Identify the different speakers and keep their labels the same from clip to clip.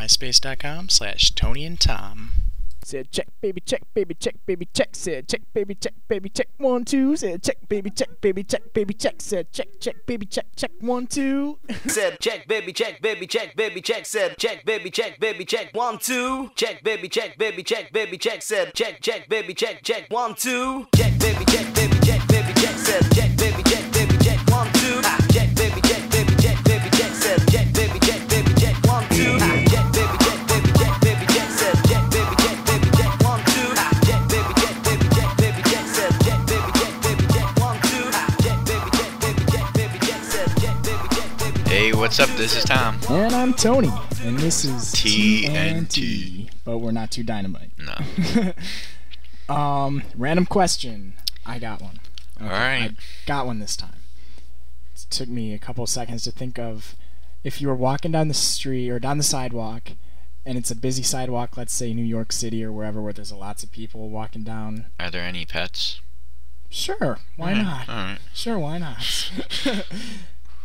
Speaker 1: myspace.com slash Tony and Tom.
Speaker 2: Said check, baby, check, baby, check, baby, check. Said check, baby, check, baby, check. One, two. Said check, baby, check, baby, check, baby, check. Said check, check, baby, check, check. One, two.
Speaker 3: said check baby check baby check baby check said check baby check baby check one two check baby check baby check baby check said check check baby check check one two check baby check baby check baby check said check baby check baby check one two Ah, check baby check baby check baby check said check baby check baby check one two Ah, check baby check baby check baby check said check baby check baby check one two Ah, check baby check baby check baby check said check baby check baby check one two Ah, check baby check baby check baby check said check baby check baby check
Speaker 4: Hey, what's up? This is Tom.
Speaker 2: And I'm Tony, and this is
Speaker 4: TNT.
Speaker 2: TNT. But we're not too dynamite.
Speaker 4: No.
Speaker 2: Um, random question. I got one.
Speaker 4: All
Speaker 2: I
Speaker 4: right.
Speaker 2: got one this time. It took me a couple seconds to think of if you were walking down the street or down the sidewalk and it's a busy sidewalk, let's say New York City or wherever where there's lots of people walking down.
Speaker 4: Are there any pets?
Speaker 2: Sure, why
Speaker 1: Hmm.
Speaker 2: not?
Speaker 4: All right.
Speaker 2: Sure, why not?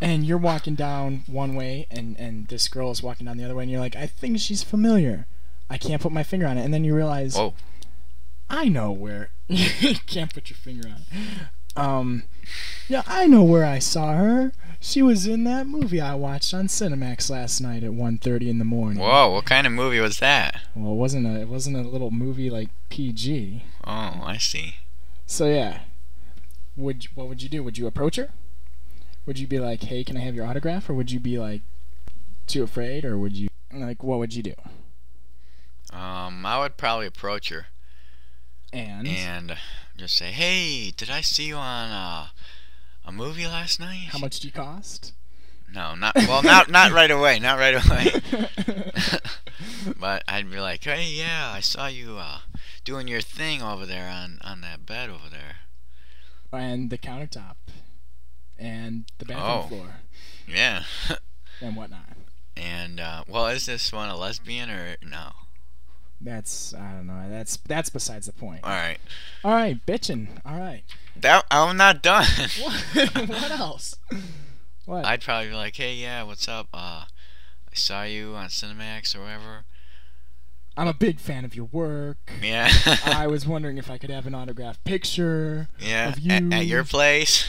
Speaker 2: and you're walking down one way and and this girl is walking down the other way and you're like, "I think she's familiar. I can't put my finger on it." And then you realize,
Speaker 4: Whoa.
Speaker 2: I know where. you can't put your finger on. it. Um, yeah, I know where I saw her. She was in that movie I watched on Cinemax last night at 1:30 in the morning.
Speaker 4: Whoa, what kind of movie was that?
Speaker 2: Well, it wasn't a it wasn't a little movie like PG.
Speaker 4: Oh, I see.
Speaker 2: So yeah, would you- what would you do? Would you approach her? Would you be like, "Hey, can I have your autograph?" Or would you be like, too afraid? Or would you like, what would you do?
Speaker 4: Um, I would probably approach her
Speaker 2: And
Speaker 4: and just say, "Hey, did I see you on uh, a movie last night?"
Speaker 2: how much do you cost?
Speaker 4: No, not well, not not right away, not right away. but I'd be like, "Hey, yeah, I saw you uh, doing your thing over there on on that bed over there."
Speaker 2: and the countertop, and the bathroom
Speaker 4: Oh.
Speaker 2: floor.
Speaker 4: Yeah.
Speaker 2: and whatnot.
Speaker 4: and uh, well, is this one a lesbian or no?
Speaker 2: That's I don't know. That's that's besides the point.
Speaker 4: All right.
Speaker 2: All right, bitchin'. All right.
Speaker 4: That I'm not done.
Speaker 2: what else? What?
Speaker 4: I'd probably be like, hey, yeah, what's up? Uh, I saw you on Cinemax or whatever.
Speaker 2: I'm a big fan of your work.
Speaker 4: Yeah.
Speaker 2: I was wondering if I could have an autographed picture
Speaker 4: yeah.
Speaker 2: of
Speaker 4: a- At,
Speaker 2: you.
Speaker 4: your place.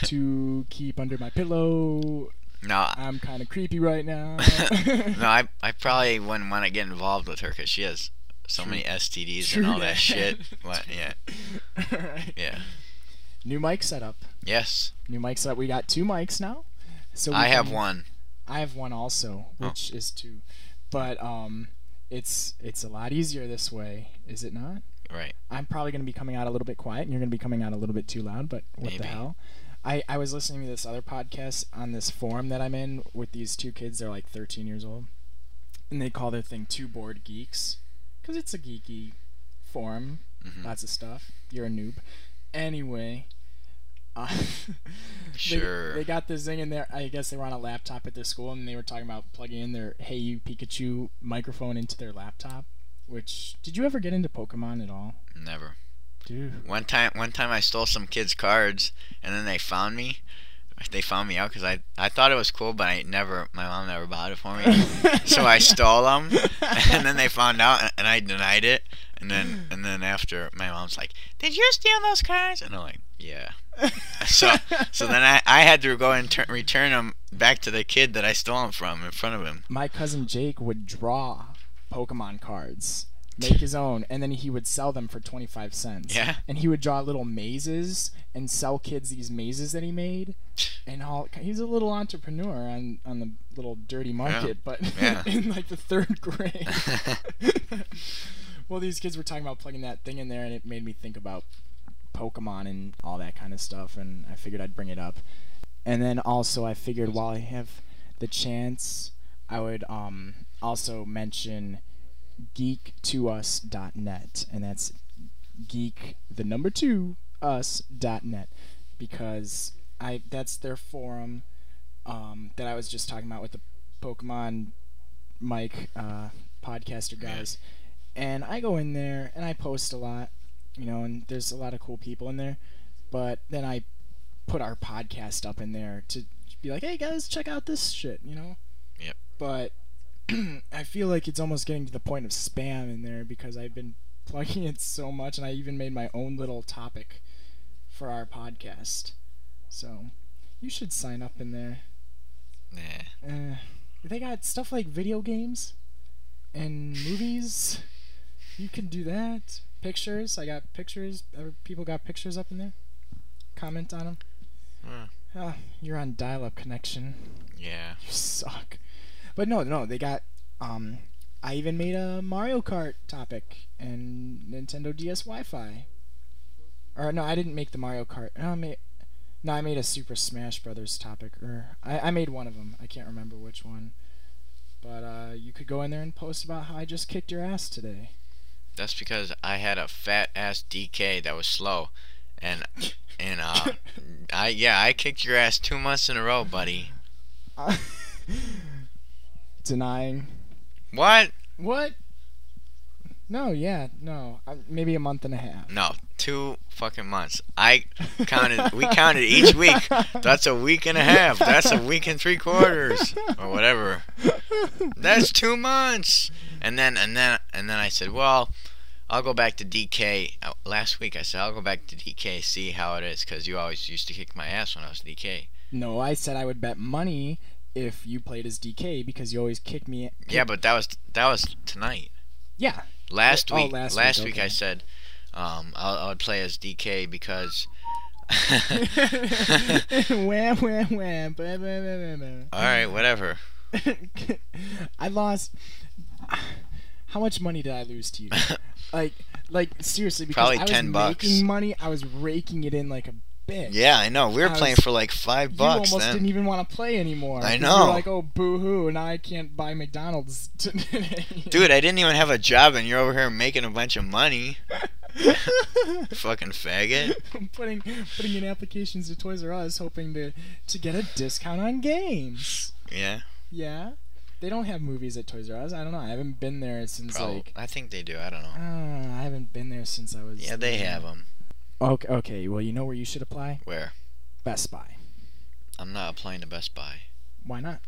Speaker 2: to keep under my pillow.
Speaker 4: No.
Speaker 2: I'm kind of creepy right now.
Speaker 4: No, I I probably wouldn't want to get involved with her because she has so many STDs and
Speaker 2: True
Speaker 4: all that
Speaker 2: that.
Speaker 4: shit. What? Yeah.
Speaker 2: All right.
Speaker 4: Yeah.
Speaker 2: New mic setup.
Speaker 4: Yes.
Speaker 2: New mic setup. We got two mics now. So we
Speaker 4: I have
Speaker 2: can-
Speaker 4: one.
Speaker 2: I have one also,
Speaker 4: Oh.
Speaker 2: which is two, but um, it's it's a lot easier this way, is it not?
Speaker 4: Right.
Speaker 2: I'm probably going to be coming out a little bit quiet, and you're going to be coming out a little bit too loud. But what the
Speaker 4: Maybe.
Speaker 2: hell? I, I was listening to this other podcast on this forum that I'm in with these two kids. They're like 13 years old, and they call their thing Two Bored Geeks," 'cause it's a geeky forum,
Speaker 4: Mm-hmm.
Speaker 2: lots of stuff. You're a noob, anyway. Uh, they-
Speaker 4: Sure.
Speaker 2: They, got this thing in there. I guess they were on a laptop at their school, and they were talking about plugging in their "Hey You Pikachu" microphone into their laptop. Which did you ever get into Pokemon at all?
Speaker 4: Never.
Speaker 2: Dude.
Speaker 4: One time, one time I stole some kids' cards, and then they found me. They found me out because I, I thought it was cool, but I never, my mom never bought it for me. so I stole them, and then they found out, and, and I denied it. And then, and then after, my mom's like, "Did you steal those cards?" And I'm like, "Yeah." So, so then I, I had to go and tur- return them back to the kid that I stole them from in front of him.
Speaker 2: my cousin Jake would draw Pokemon cards, make his own, and then he would sell them for 25 cents.
Speaker 4: Yeah.
Speaker 2: And he would draw little mazes and sell kids these mazes that he made. And all he's a little entrepreneur on, on the little dirty market, but
Speaker 4: Yeah.
Speaker 2: in like the third grade. well, these kids were talking about plugging that thing in there, and it made me think about Pokemon and all that kind of stuff, and I figured I'd bring it up. And then also, I figured while I have the chance, I would um, also mention geek2us.net, and that's geek the number two us.net because I that's their forum um, that I was just talking about with the Pokemon Mike uh, podcaster guys, and I go in there and I post a lot, you know, and there's a lot of cool people in there, but then I put our podcast up in there to be like, hey guys, check out this shit, you know.
Speaker 4: Yep.
Speaker 2: But I feel like it's almost getting to the point of spam in there because I've been plugging it so much, and I even made my own little topic for our podcast. So you should sign up in there. Uh,
Speaker 4: Yeah.
Speaker 2: they got stuff like video games and movies. You can do that. Pictures. I got pictures. Other People got pictures up in there. Comment on them.
Speaker 4: Hmm.
Speaker 2: Ah, you're on dial-up connection.
Speaker 4: Yeah.
Speaker 2: You suck. But no, no, they got. Um, I even made a Mario Kart topic and Nintendo DS Wi-Fi. Or no, I didn't make the Mario Kart. No, I made. No, I made a Super Smash Brothers topic, or I, I made one of them. I can't remember which one. But uh, you could go in there and post about how I just kicked your ass today.
Speaker 4: That's because I had a fat ass DK that was slow, and and uh, I yeah I kicked your ass two months in a row, buddy.
Speaker 2: Denying.
Speaker 4: What?
Speaker 2: What? No, yeah, no. Uh, maybe a month and a half.
Speaker 4: No, two fucking months. I counted. we counted each week. That's a week and a half. That's a week and three quarters, or whatever. That's two months. And then and then and then I said, well, I'll go back to DK. Uh, Last week I said I'll go back to DK see how it is, cause you always used to kick my ass when I was DK.
Speaker 2: No, I said I would bet money if you played as DK because you always kick me.
Speaker 4: Yeah, but that was that was tonight.
Speaker 2: Yeah.
Speaker 4: Last
Speaker 2: Oh,
Speaker 4: week,
Speaker 2: last
Speaker 4: last,
Speaker 2: week,
Speaker 4: week,
Speaker 2: okay.
Speaker 4: I said um, I'll, I would play as DK because.
Speaker 2: wham, wham, wham. Blah, blah, blah, blah,
Speaker 4: All right, whatever.
Speaker 2: blah. I lost. How much money did I lose to you? like, like seriously, because
Speaker 4: Probably
Speaker 2: I was
Speaker 4: 10 bucks.
Speaker 2: making money. I was raking it in like a bitch.
Speaker 4: Yeah, I know. We were
Speaker 2: I
Speaker 4: playing
Speaker 2: was-
Speaker 4: for like five
Speaker 2: You
Speaker 4: bucks
Speaker 2: almost
Speaker 4: then.
Speaker 2: didn't even want to play anymore.
Speaker 4: I
Speaker 2: 'cause you
Speaker 4: know.
Speaker 2: were like, oh, boo hoo, now I can't buy McDonald's today.
Speaker 4: Dude, I didn't even have a job, and you're over here making a bunch of money. Fucking faggot.
Speaker 2: putting putting in applications to Toys R Us, hoping to to get a discount on games.
Speaker 4: Yeah.
Speaker 2: Yeah, they don't have movies at Toys R Us. I don't know. I haven't been there since
Speaker 4: Probably.
Speaker 2: like
Speaker 4: I think they do. I don't know.
Speaker 2: uh, I haven't been there since I was.
Speaker 4: Yeah, they have them.
Speaker 2: Okay, okay. Well, you know where you should apply?
Speaker 4: Where?
Speaker 2: Best Buy.
Speaker 4: I'm not applying to Best Buy
Speaker 2: Why not?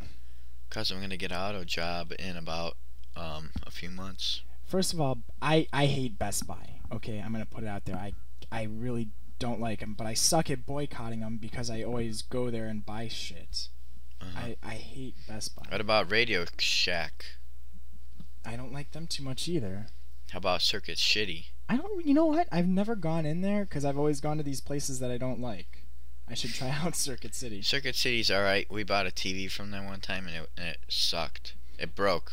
Speaker 4: because I'm gonna get an auto job in about um, a few months.
Speaker 2: First of all, I I hate Best Buy. Okay, I'm gonna put it out there. I I really don't like them, but I suck at boycotting them because I always go there and buy shit.
Speaker 4: Uh-huh.
Speaker 2: I, I hate Best Buy.
Speaker 4: What about Radio Shack?
Speaker 2: I don't like them too much either.
Speaker 4: How about Circuit Shitty?
Speaker 2: I don't. You know what? I've never gone in there because I've always gone to these places that I don't like. I should try out Circuit City.
Speaker 4: Circuit City's alright. We bought a TV from them one time and it, and it sucked. It broke.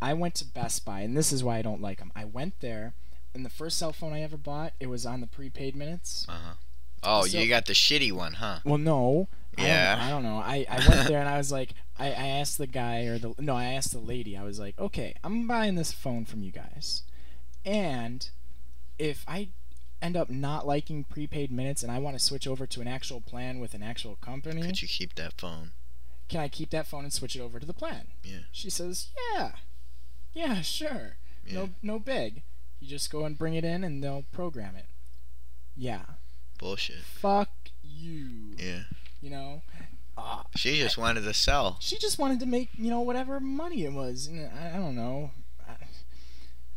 Speaker 2: I went to Best Buy, and this is why I don't like them. I went there, and the first cell phone I ever bought, it was on the prepaid minutes.
Speaker 4: Uh huh. Oh,
Speaker 2: So-
Speaker 4: you got the shitty one, huh?
Speaker 2: Well, no. I don't-
Speaker 4: Yeah.
Speaker 2: I don't, know. I, I went there and I was like, I, I asked the guy or the no, I asked the lady. I was like, okay, I'm buying this phone from you guys, and if I end up not liking prepaid minutes and I want to switch over to an actual plan with an actual company,
Speaker 4: Could you keep that phone?
Speaker 2: can I keep that phone and switch it over to the plan?
Speaker 4: Yeah.
Speaker 2: She says, yeah, yeah, sure. No, no big. You just go and bring it in and they'll program it. Yeah.
Speaker 4: Bullshit.
Speaker 2: Fuck you.
Speaker 4: Yeah.
Speaker 2: You know. Uh,
Speaker 4: She just wanted to sell.
Speaker 2: she just wanted to make you know whatever money it was. And I, I don't know. I-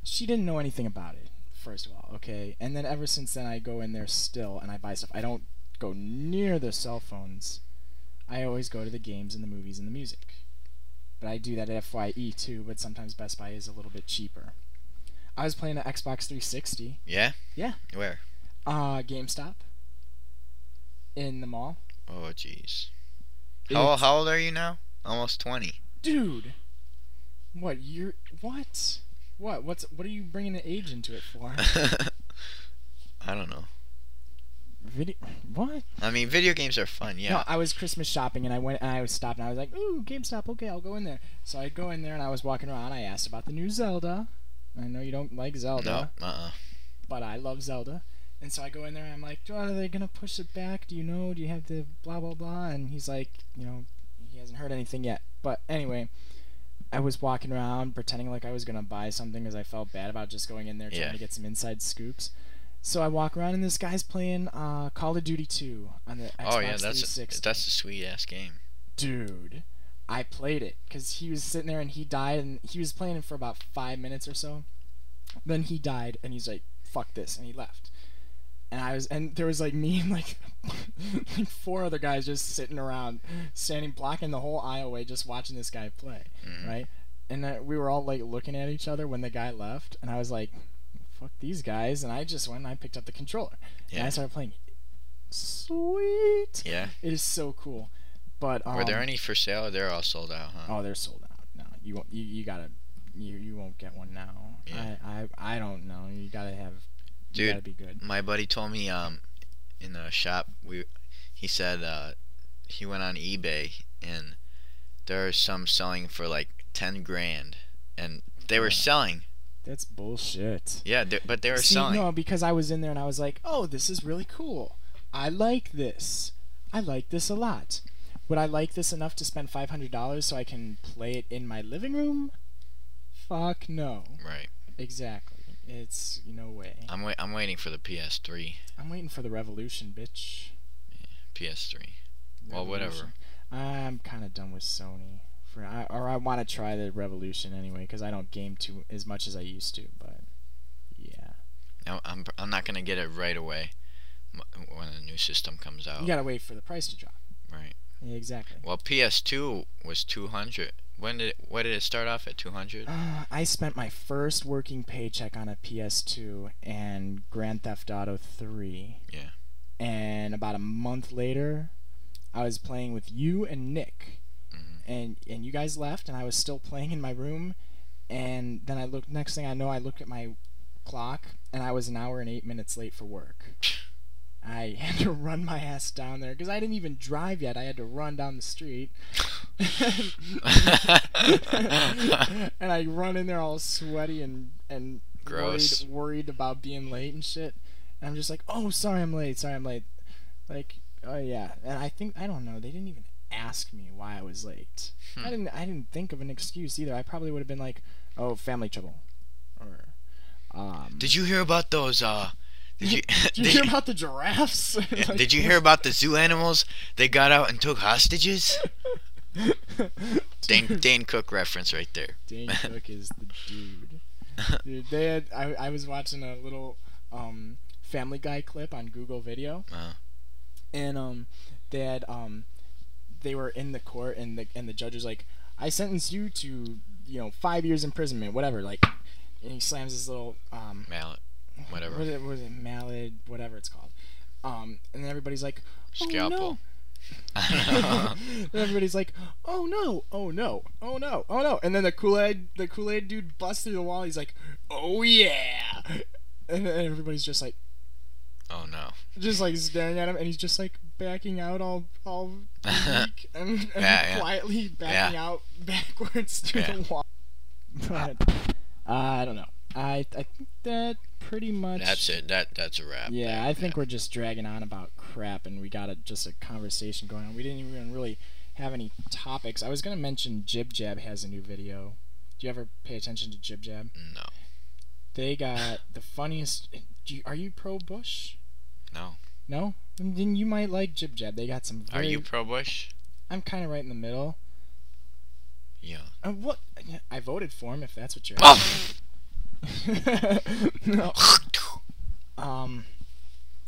Speaker 2: She didn't know anything about it. First of all, okay. And then ever since then, I go in there still and I buy stuff. I don't go near the cell phones. I always go to the games and the movies and the music. But I do that at Fye too. But sometimes Best Buy is a little bit cheaper. I was playing an Xbox 360
Speaker 4: Yeah?
Speaker 2: Yeah.
Speaker 4: Where?
Speaker 2: uh, GameStop in the mall.
Speaker 4: Oh, jeez. Oh, How, how old are you now? Almost 20.
Speaker 2: Dude, what you're what? What? What's what are you bringing the age into it for?
Speaker 4: I don't know.
Speaker 2: Video? What?
Speaker 4: I mean, video games are fun,
Speaker 2: No,
Speaker 4: yeah.
Speaker 2: I was Christmas shopping and I went and I was stopped and I was like, ooh, GameStop. Okay, I'll go in there. So I go in there and I was walking around. I asked about the new Zelda. I know you don't like Zelda,
Speaker 4: No, uh uh
Speaker 2: but I love Zelda. And so I go in there and I'm like, "Oh, are they gonna push it back? Do you know? Do you have the blah blah blah? And he's like, you know, he hasn't heard anything yet. But anyway, I was walking around pretending like I was gonna buy something because I felt bad about just going in there trying
Speaker 4: Yeah.
Speaker 2: to get some inside scoops. So I walk around and this guy's playing uh, Call of Duty 2 on the Xbox
Speaker 4: Oh, yeah, that's
Speaker 2: 360.
Speaker 4: a, that's a sweet ass game.
Speaker 2: Dude, I played it because he was sitting there and he died and he was playing it for about five minutes or so. Then he died and he's like, "Fuck this," and he left. And I was and there was like me and like like four other guys just sitting around, standing blocking the whole aisle way, just watching this guy play,
Speaker 4: Mm-hmm.
Speaker 2: right? And uh, we were all like looking at each other when the guy left, and I was like, "Fuck these guys!" And I just went and I picked up the controller and I
Speaker 4: Yeah.
Speaker 2: started playing. it. Sweet.
Speaker 4: Yeah.
Speaker 2: It is so cool. But um,
Speaker 4: Were there any for sale? They're all sold out, huh?
Speaker 2: Oh, they're sold out. No, you won't. You, you gotta. You, you won't get one now.
Speaker 4: Yeah.
Speaker 2: I, I I don't know. You gotta have. You
Speaker 4: Dude.
Speaker 2: gotta be good.
Speaker 4: My buddy told me um, in the shop we, he said uh, he went on eBay and there are some selling for like ten grand, and they were
Speaker 2: Yeah.
Speaker 4: selling.
Speaker 2: That's bullshit.
Speaker 4: Yeah, they- but they were
Speaker 2: See,
Speaker 4: selling.
Speaker 2: no, because I was in there and I was like, oh, this is really cool. I like this. I like this a lot. Would I like this enough to spend five hundred dollars so I can play it in my living room? Fuck no.
Speaker 4: Right.
Speaker 2: Exactly. It's no way.
Speaker 4: I'm wait. I'm waiting for the PS3.
Speaker 2: I'm waiting for the revolution, bitch.
Speaker 4: PS3. Well, whatever.
Speaker 2: I'm kind of done with Sony. For I, or I want to try the Revolution anyway because I don't game too as much as I used to. But yeah,
Speaker 4: I'm, I'm, I'm not gonna get it right away m- when the new system comes out.
Speaker 2: you gotta wait for the price to drop.
Speaker 4: Right.
Speaker 2: Yeah, exactly.
Speaker 4: Well, PS2 was 200. When did it, what did it start off at 200?
Speaker 2: Uh, I spent my first working paycheck on a PS2 and Grand Theft Auto 3.
Speaker 4: Yeah.
Speaker 2: And about a month later, I was playing with you and Nick.
Speaker 4: Mhm.
Speaker 2: And and you guys left and I was still playing in my room and then I looked next thing I know I looked at my clock and I was an hour and 8 minutes late for work. I had to run my ass down there cuz I didn't even drive yet. I had to run down the street. and I run in there all sweaty and and
Speaker 4: Gross.
Speaker 2: worried worried about being late and shit. And I'm just like, oh, sorry, I'm late. Sorry, I'm late. Like, oh yeah. And I think I don't know. They didn't even ask me why I was late.
Speaker 4: Hmm.
Speaker 2: I didn't. I didn't think of an excuse either. I probably would have been like, oh, family trouble, or um.
Speaker 4: Did you hear about those? Uh, did you?
Speaker 2: Did you hear about the giraffes?
Speaker 4: yeah,
Speaker 2: Like-
Speaker 4: did you hear about the zoo animals? They got out and took hostages. Dane, Dane Cook reference right there.
Speaker 2: Dane Cook is the dude. Dude, they had. I, I was watching a little um, Family Guy clip on Google Video,
Speaker 4: Uh,
Speaker 2: and um, they had um, they were in the court, and the and the judge was like, "I sentence you to you know five years imprisonment, whatever." Like, and he slams his little um,
Speaker 4: mallet,
Speaker 2: what
Speaker 4: whatever.
Speaker 2: is it, what is it mallet, whatever it's called. Um, and then everybody's like, oh,
Speaker 4: Scalpel.
Speaker 2: No. And everybody's like, "Oh no! Oh no! Oh no! Oh no!" And then the Kool Aid, the Kool Aid dude busts through the wall. He's like, "Oh yeah!" And then everybody's just like,
Speaker 4: oh no.
Speaker 2: just like staring at him, and he's just like backing out all, all weak and, and
Speaker 4: Yeah, yeah.
Speaker 2: quietly backing
Speaker 4: Yeah.
Speaker 2: out backwards through
Speaker 4: Yeah.
Speaker 2: the wall. But I don't know. I I think that pretty much.
Speaker 4: That's it. That that's a wrap.
Speaker 2: Yeah, I think we're just dragging on about crap, and we got a, just a conversation going on. We didn't even really have any topics. I was gonna mention Jib Jab has a new video. Do you ever pay attention to Jib Jab?
Speaker 4: No.
Speaker 2: They got the funniest. Do you, are you pro Bush?
Speaker 4: No.
Speaker 2: No, then then you might like Jib Jab. They got some.
Speaker 4: Are
Speaker 2: Very,
Speaker 4: you pro Bush?
Speaker 2: I'm kind of right in the middle.
Speaker 4: Yeah.
Speaker 2: Uh, what? I voted for him. If that's what you're.
Speaker 4: Oh.
Speaker 2: no. Um,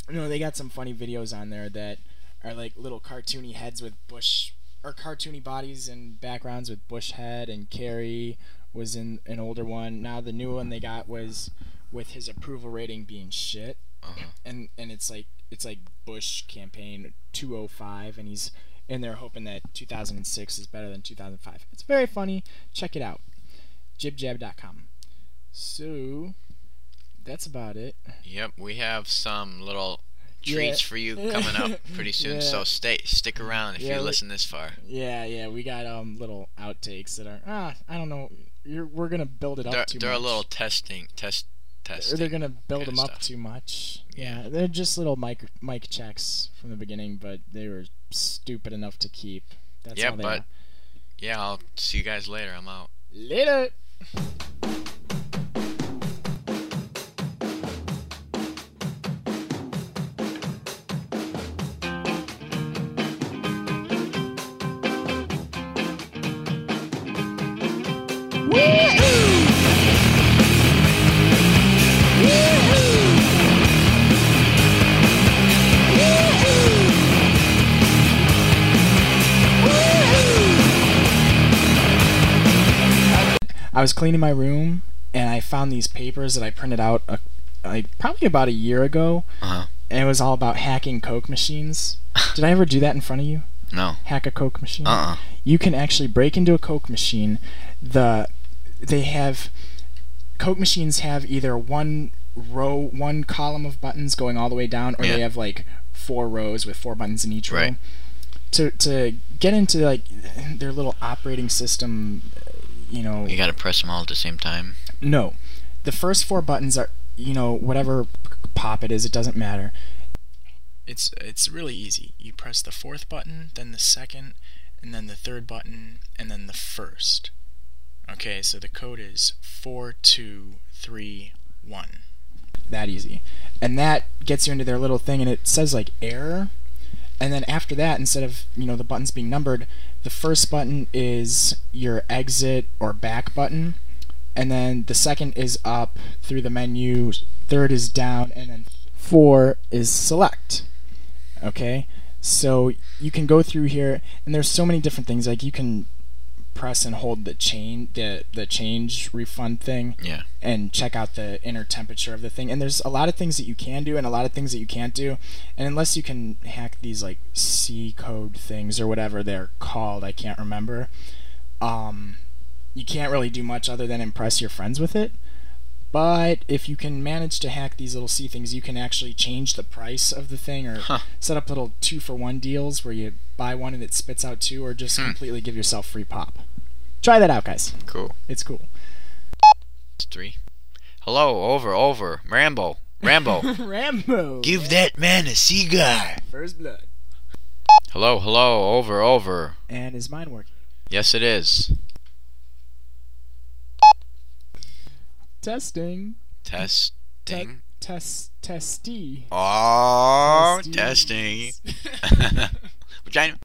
Speaker 2: no, they got some funny videos on there that are like little cartoony heads with bush or cartoony bodies and backgrounds with bush head and Carrie was in an older one. Now the new one they got was with his approval rating being shit,
Speaker 4: Uh-huh.
Speaker 2: and and it's like it's like Bush campaign 205, and he's in there hoping that 2006 is better than 2005. It's very funny. Check it out. Jibjab.com. So that's about it.
Speaker 4: Yep, we have some little treats
Speaker 2: Yeah.
Speaker 4: for you coming up pretty soon.
Speaker 2: Yeah.
Speaker 4: So stay, stick around if
Speaker 2: Yeah,
Speaker 4: you
Speaker 2: we-
Speaker 4: listen this far.
Speaker 2: Yeah, yeah, we got um little outtakes that are ah, I don't know. You're we're gonna build it up
Speaker 4: They're,
Speaker 2: too
Speaker 4: they're a
Speaker 2: much.
Speaker 4: little testing, test,
Speaker 2: Or
Speaker 4: testing.
Speaker 2: they're gonna build
Speaker 4: kinda
Speaker 2: them up
Speaker 4: stuff.
Speaker 2: too much.
Speaker 4: Yeah.
Speaker 2: Yeah, they're just little mic mic checks from the beginning, but they were stupid enough to keep. That's
Speaker 4: Yeah,
Speaker 2: how they
Speaker 4: but-
Speaker 2: are.
Speaker 4: yeah, I'll see you guys later. I'm out.
Speaker 2: later. I was cleaning my room and I found these papers that I printed out a, like probably about a year ago,
Speaker 4: Uh-huh.
Speaker 2: and it was all about hacking Coke machines. Did I ever do that in front of you?
Speaker 4: No.
Speaker 2: Hack a Coke machine?
Speaker 4: Uh-uh.
Speaker 2: You can actually break into a Coke machine. The they have Coke machines have either one row, one column of buttons going all the way down, or
Speaker 4: Yeah.
Speaker 2: they have like four rows with four buttons in each row.
Speaker 4: Right.
Speaker 2: To to get into like their little operating system, you know,
Speaker 4: You gotta press them all at the same time.
Speaker 2: no. The first four buttons are, you know, whatever p- pop it is, it doesn't matter.
Speaker 1: It's it's really easy. You press the fourth button, then the second, and then the third button, and then the first. Okay, so the code is four two three one.
Speaker 2: That easy. And that gets you into their little thing and it says like error. And then after that, instead of, you know, the buttons being numbered, the first button is your exit or back button. And then the second is up through the menu, third is down, and then four is select. Okay? So you can go through here and there's so many different things. Like you can press and hold the chain the the change refund thing
Speaker 4: Yeah.
Speaker 2: and check out the inner temperature of the thing. And there's a lot of things that you can do and a lot of things that you can't do. And unless you can hack these like C code things or whatever they're called, I can't remember. Um, you can't really do much other than impress your friends with it. But if you can manage to hack these little C things, you can actually change the price of the thing or
Speaker 4: Huh.
Speaker 2: set up little two for one deals where you buy one and it spits out two, or just completely give yourself free pop. Try that out, guys.
Speaker 4: Cool.
Speaker 2: It's cool.
Speaker 4: It's three. Hello, over, over. Rambo. Rambo.
Speaker 2: Rambo.
Speaker 4: Give that man a cigar.
Speaker 2: First blood.
Speaker 4: Hello, hello, over, over.
Speaker 2: And is mine working?
Speaker 4: Yes, it is.
Speaker 2: Testing.
Speaker 4: Testing.
Speaker 2: Test. Testy.
Speaker 4: Oh,
Speaker 2: Testies.
Speaker 4: testing. Vagina.